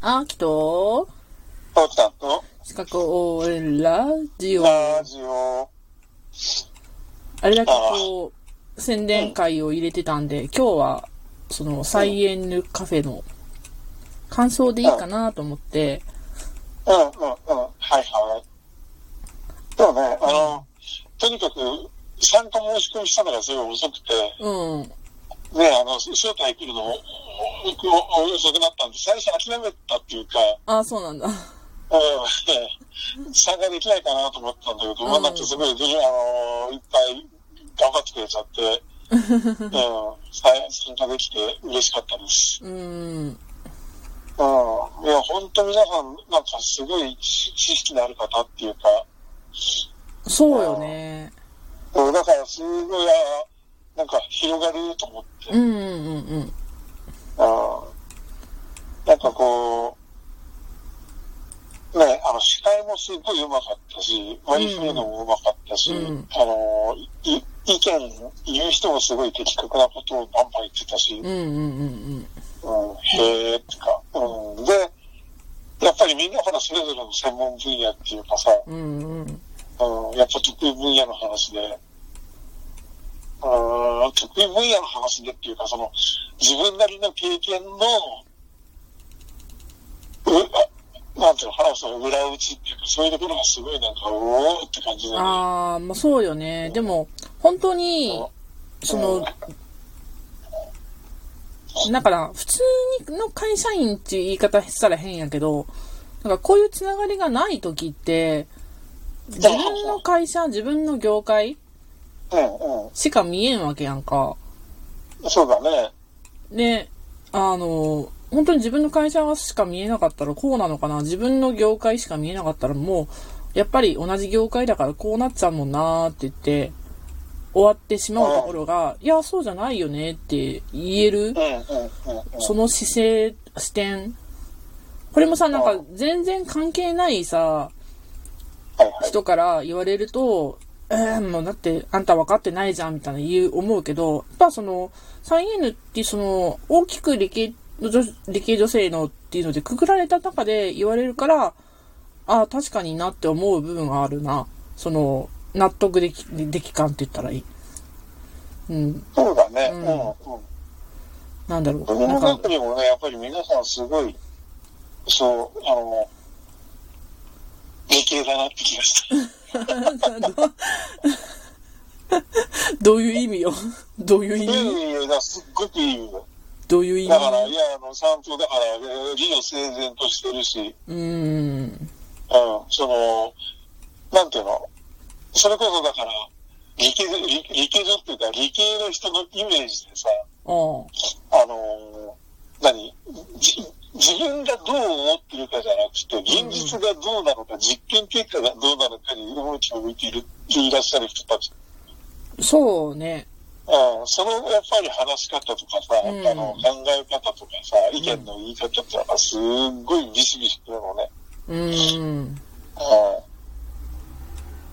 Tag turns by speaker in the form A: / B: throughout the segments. A: アキと、
B: とっちゃんと、
A: 四角応援ラジオ。
B: ラジオ。
A: あれだけこう、宣伝会を入れてたんで、今日は、その、サイエンヌカフェの感想でいいかなと思って、
B: うんうんうん。はいはい。でもね、あの、とにかく、参加申し込みしたのがすごい遅くて、
A: うん、うん、
B: ね、あの、招待来るの、僕も遅くなったんで、最初諦めたっていうか、
A: あ、そうなんだ。
B: うん、 参加できないかなと思ったんだけど、まあなんかすごい、あの、いっぱい頑張ってくれちゃって、うん、さ参加できて嬉しかったです。
A: うん、
B: うん。いや、本当皆さん、なんかすごい知知識のある方っていうか、
A: そうよね。
B: うんだからすごい、あなんか広がると思って、
A: うん、うん、うん、
B: うん。なんかこう、ね、あの、司会もすごい上手かったし、割り振るのも上手かったし、
A: うん
B: あの、い意見、言う人もすごい的確なことをバンバン言ってたし、
A: うん、うん、うん、
B: うん、へーってか、うん。で、やっぱりみんなほらそれぞれの専門分野っていうかさ、
A: うん、うん、うん、
B: うん、やっぱ得意分野の話で、うん、得意分野の話でっていうか、その、自分なりの経験の、う、あなんていうの、話の裏打ちっていうか、そういうところがすごいなんか、おーって感じだね。
A: あー、まあそうよね。でも、本当に、その、だから、普通の会社員っていう言い方したら変やけど、なんかこういうつながりがない時って、自分の会社、自分の業界
B: うん、う
A: しか見えんわけやんか。
B: ん。そうだね。
A: で、あの、本当に自分の会社しか見えなかったらこうなのかな自分の業界しか見えなかったらもう、やっぱり同じ業界だからこうなっちゃうもんなーって言って、終わってしまうところが、いや、そうじゃないよねって言える
B: うん、うん、うん。
A: その姿勢、視点。これもさ、なんか全然関係ないさ、
B: はいはい。
A: 人から言われると、えー、もうだってあんた分かってないじゃんみたいな言う、思うけど、やっぱその、3N ってその、大きく理系の女、理系女性のっていうのでくくられた中で言われるから、ああ、確かになって思う部分はあるな。その、納得でき、でき感って言ったらいい。うん、
B: そうだね。
A: う
B: うんん、うん。
A: なんだろう。
B: 子
A: な
B: 供
A: んか
B: の、時もね、やっぱり皆さんすごい、そう、あの、理系だなって気がした。
A: どういう意味よ。どういう意
B: いやい
A: 味
B: やいや、すっごくいいよ。
A: どういう意味
B: だから、いや、あの、散歩だから、理を整然としてるし、
A: うーん。
B: うん、その、なんていうの、それこそだから、理系、理理系女っていうか、理系の人のイメージでさ、
A: ああ。
B: あのー何じ自分がどう思ってるかじゃなくて、現実がどうなのか、実験結果がどうなのかに動きを向いている、いらっしゃる人たち。
A: そうね。
B: うん、そのやっぱり話し方とかさ、
A: うん
B: あの考え方とかさ、意見の言い方とか、すっごいビシビシくるのね。
A: うーん。
B: う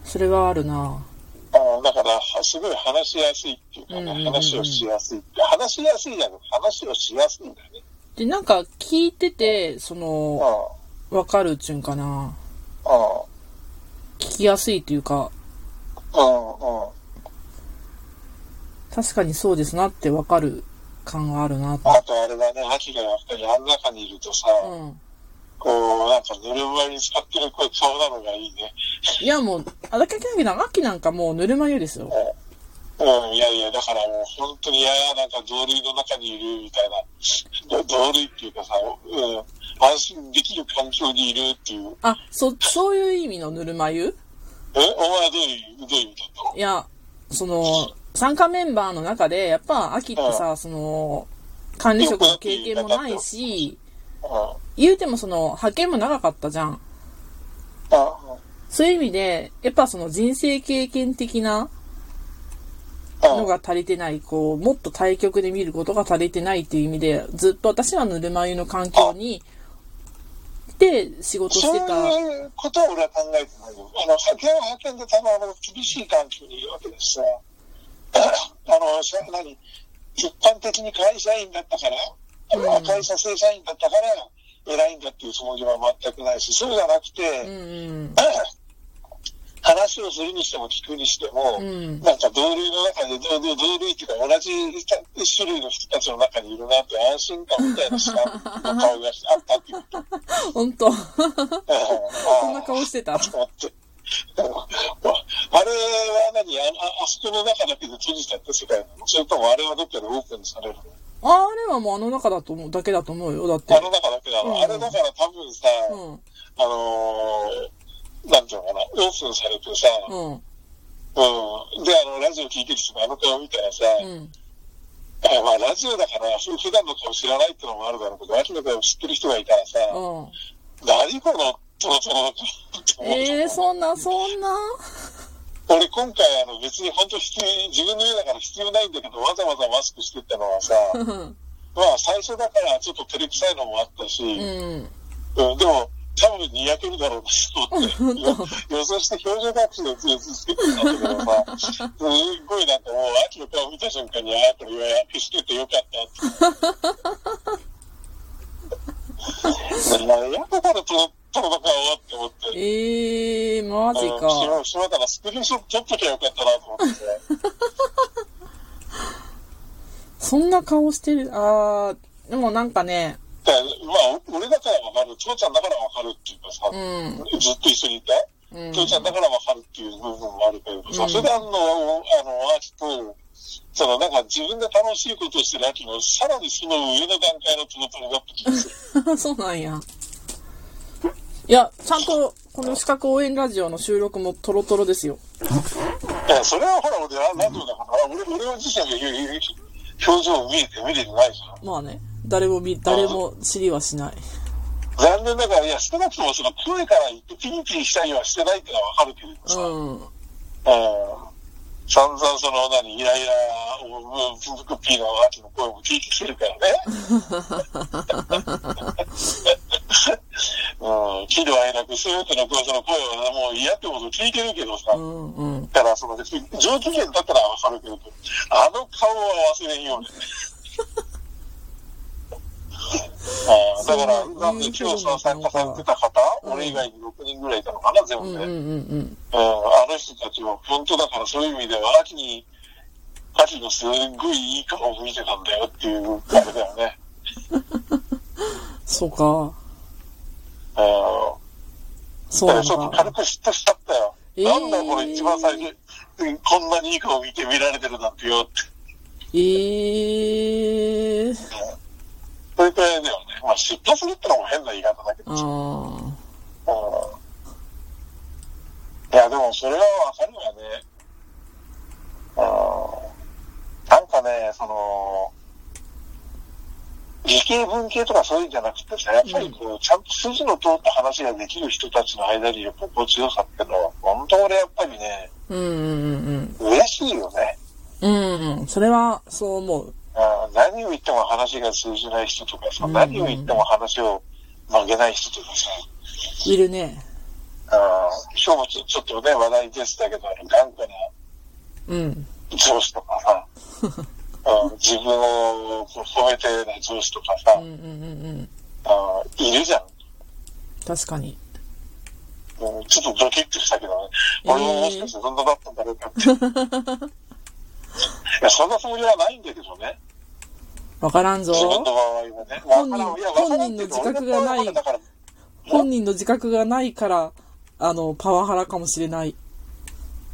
A: それはあるな。
B: ん、あだから、はすごい話しやすいっていうか
A: うんうんうん
B: ね、話をしやすい。話しやすいじゃなくて、話をしやすいんだよね。
A: で、なんか聞いてて、そ
B: うん、
A: の、わかるっちゅうんかな。聞きやすいというか、
B: うん、うん、うん。
A: 確かにそうですなってわかる感があるなと。
B: あとあれだね、秋がやっぱりあん中にいるとさ、
A: うん。
B: こう、なんかぬるま湯に使ってる声顔なのがいいね。
A: いやもう、あだけけな秋なんかもうぬるま湯ですよ。
B: うん、いやいや、だからもう本当に、いやいや、なんか同類の中にいるみたいな、 同類っていうかさ、うん、安心できる環境にいるっていう。
A: あ、そ、そういう意味のぬるま湯
B: え、お前はどういう、どういう意味だったの
A: いや、その、参加メンバーの中で、やっぱ秋ってさ、その、管理職の経験もないし、
B: うん
A: 言うてもその、派遣も長かったじゃん。
B: あ
A: そういう意味で、やっぱその人生経験的な
B: うん、
A: の
B: うん、
A: が足りてない、こう、もっと対局で見ることが足りてないっていう意味で、ずっと私はぬるま湯の環境に、で、仕事し
B: そう
A: てた。
B: いうことは俺は考えてないよ。あの、派遣は派遣で多分あの、厳しい環境にいるわけですさ。 あの、さ、何、一般的に会社員だったから、あの会社正社員だったから、偉いいんだっていうつもりは全くないし、そうじゃなく
A: う
B: て、
A: ん。
B: 話をするにしても聞くにしても、
A: うん
B: なんか同類の中で、同類、同類っていうか同じ種類の人たちの中にいるなって安心感みたいなしか、の顔があったっていう。
A: 本当そ
B: そ
A: んな顔してた。
B: 待って。あれは何あああそこの中だけで閉じちゃった世界なのそれともあれはどっかでオープンされるの
A: あれはもうあの中だと思う、だけだと思うよ。だって。
B: あの中だけなの、
A: うん
B: あれだから多分さ、
A: うん。
B: あのー、なんていうのかな、オープンされてさ、う
A: う
B: ん。
A: ん。
B: で、あの、ラジオ聞いてる人のあの顔見たらさ、
A: うん。
B: あまあラジオだから、ふ普段の顔知らないってのもあるだろうけど、秋の顔知ってる人がいたらさ、
A: うん。
B: 何この、トロトロの顔って思うと思う
A: ええー、そんな、そんな。
B: 俺今回あの別に本当必要、自分の家だから必要ないんだけど、わざわざマスクしてったの はさ、
A: うん。
B: まあ最初だからちょっと照れくさいのもあったし、うん
A: うん。
B: でも多分にやけるだろうな と思って、予想して表情隠しのやつつけてたんだけどさ、すっごいなんかもう秋の顔見た瞬間に、ああ、これ予約しててよかっ たって。まあ、やだから撮ったのかって思って。
A: ええー、マジか。
B: うんしまったらスクリーンショット撮っときゃよかったなと思ってて。
A: そんな顔してる。あー、でもなんかね、
B: だからまあ、俺だからわかる、父ちゃんだからわかるっていうかさ、
A: うん。
B: ずっと一緒にいて、
A: うん。
B: 父ちゃんだからわかるっていう部分もあるけれどさ、
A: うん
B: 普段の、あの、秋と、その、なんか自分で楽しいことをしてる秋の、さらにその上の段階のトロトロだった気が する。
A: そうなんや。いや、ちゃんと、この資格応援ラジオの収録もトロトロですよ。
B: いや、それはほら、俺、なんていうのかな、俺、俺自身が言う言う表情を見えて見れてないじゃん。
A: まあね、誰も見、誰も知りはしない。
B: 残念ながら、いや、少なくともその声から言ってピリピリしたりはしてないってのはわかるけれどさ、
A: うん。
B: うん散々その、何、イライラを、続く P の秋の声も聞いてきてるからね。 うん、喜怒哀楽、すべての声、その声はもう嫌ってこと聞いてるけどさ、
A: う
B: だ
A: んうん。
B: からその、別に上機嫌だったらわかるけど、あの顔は忘れ んように。あーだから、なんで今日その参加されてた方、俺以外に6人ぐらいいたのかな、全
A: う
B: 部
A: ん
B: で。
A: うんうん
B: うんあの人たちは、本当だからそういう意味では、秋に、秋のすっごいいい顔を見てたんだよっていう、あれだよね。
A: そうか。
B: うん
A: そうな
B: だから
A: ん
B: ちょっと
A: だ。
B: 軽く嫉妬しちゃったよ。
A: えー
B: なんだよこれ一番最初、うんこんなにいい顔見て見られてるなんてよって。
A: ええー。
B: それくらいだよね。まあ嫉妬するってのも変な言い方だけど。
A: あー
B: うんいや、でもそれはわかるわね。うんなんかね、その、理系文系とかそういうんじゃなくてさ、やっぱりこう、ちゃんと筋の通った話ができる人たちの間にいる心地よさってのは、本当俺やっぱりね、
A: うんうんうん
B: 嬉しいよね。
A: うん。うんうん。それは、そう思う。
B: うん何を言っても話が通じない人とかさ、
A: うん
B: 何を言っても話を曲げない人とかさ、
A: いるね。
B: あー今日もちょちょっとね、話題ですだけど、あの頑固な
A: うん。
B: 上司とか さ、うん自分をこう褒めてない上司とかさ、
A: うんうんうんうん。
B: あーいるじゃん。
A: 確かに。
B: うんちょっとドキッとしたけどね。
A: えー
B: 俺ももしかしてそんなだったんだろうか って。いや、そんなつもりはないんだけどね。
A: わからんぞ
B: 自。分の場合はね。
A: 本人
B: わからんいやわからんけど
A: 本人の自覚がない
B: 俺の場合はだから
A: 本人の自覚がないから、あの、パワハラかもしれない。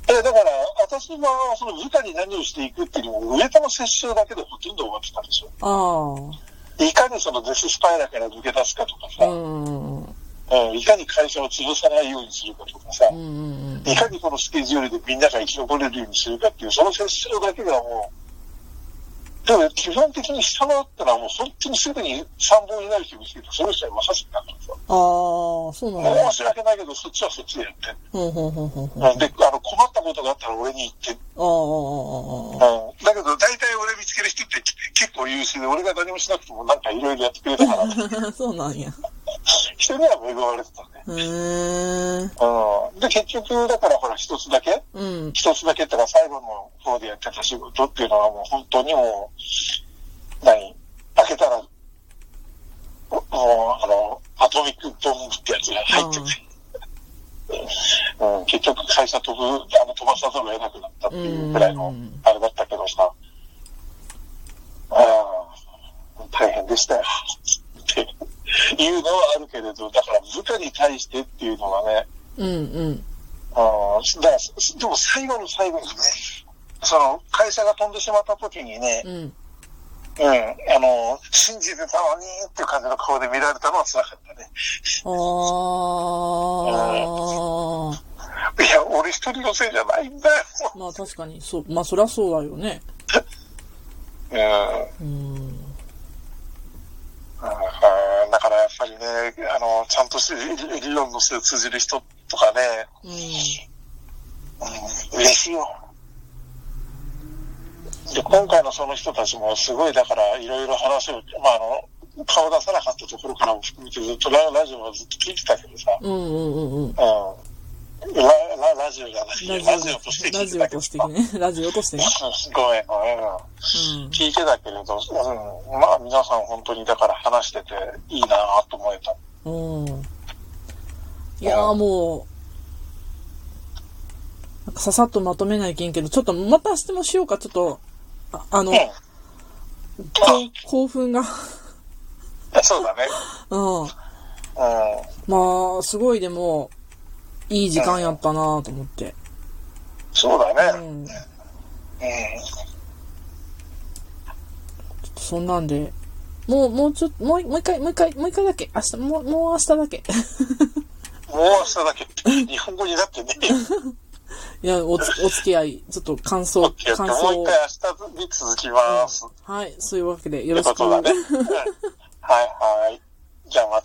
B: えだから、私の場合はその部下に何をしていくっていうのも、上との接触だけでほとんど終わってたんですよ。
A: ああ。
B: いかにそのデススパイラから抜け出すかとかさ、
A: うんうん
B: うんいかに会社を潰さないようにするかとかさ、
A: うん。うんうんうん。
B: いかにこのスケジュールでみんなが生き残れるようにするかっていう、その接触だけがもう、でも基本的に下回ったらもう本当にすぐに参謀になる人見つけて、その人は任せてたからさ、
A: ああ、そうなんだ。
B: 申し訳ないけど、そっちはそっちでやって。
A: ほうほうほうほうほう。
B: うんで、あの困ったことがあったら俺に言って。
A: あ あ、ああ、ああ、ああ。
B: うんだけど大体俺見つける人って結構優秀で、俺が何もしなくてもなんかいろいろやってくれたから、
A: そうなんや。
B: 人には恵まれてたね。
A: へえ。
B: うんで、結局、だからほら一つだけ
A: うん。
B: 一つだけってか最後の方でやってた仕事っていうのはもう本当にもう、何開けたら、おもう、あの、あっトミックボムってやつが入ってて、うん、結局会社飛ぶ、あの飛ばさざるを得なくなったっていうぐらいの
A: うん、
B: あれだったけどさ、ああ、大変でしたよ。っていうのはあるけれど、だから部下に対してっていうのがね、
A: うんうん。
B: ああ、だからすでも最後の最後にね、その会社が飛んでしまった時にね、
A: うん。
B: うん、あの、信じてたのにっていう感じの顔で見られたのは辛かったね。
A: ああ。
B: いや、俺一人のせいじゃないんだよ。
A: まあ確かに、そう、まあそりゃそうだよね。
B: うん。あ
A: うん。
B: あだからやっぱりね、あの、ちゃんとし理論のせい通じる人とかね、
A: う
B: うん、嬉しいよ。で、今回のその人たちもすごいだからいろいろ話を、まああの、顔出さなかったところからも含めてずっとララジオはずっと聞いてたけどさ、
A: ん。うんうんうんうん。
B: うん。ラララジオじゃない、ラジオとして聞
A: ラ
B: い
A: ジ
B: て
A: オ
B: たけ
A: と
B: ど
A: して
B: さ。
A: ね。ラジオとしてね。
B: ごめんごめん。聞いてたけれど、うん、まあ皆さん本当にだから話してていいなぁと思えた。
A: うん。うん。いやーもう、なんかささっとまとめないけんけど、ちょっとまた質問しようか、ちょっと、ああの、
B: う
A: 興興奮が。
B: ん。そうだね。
A: うん。
B: うん。
A: まあ、すごいでも、いい時間やったなぁと思って。
B: そうだ
A: う
B: ね。
A: ん。ちょ
B: う
A: っとそんなんで、もう、もうちょっと、もう、もう一回、もう一回、もう一回だけ。明日、もう、もう明日だけ。
B: ん。もう明日だけ。日本語になってね。
A: いや、おつ、お付き合い、ちょっと感想、
B: OK
A: 感
B: もう
A: 想
B: 一
A: を。
B: 回明日に続きます。っ
A: はい、そういうわけで、よ
B: て
A: ろし
B: こ
A: く。
B: とだね。うんはいはい。じゃあまた。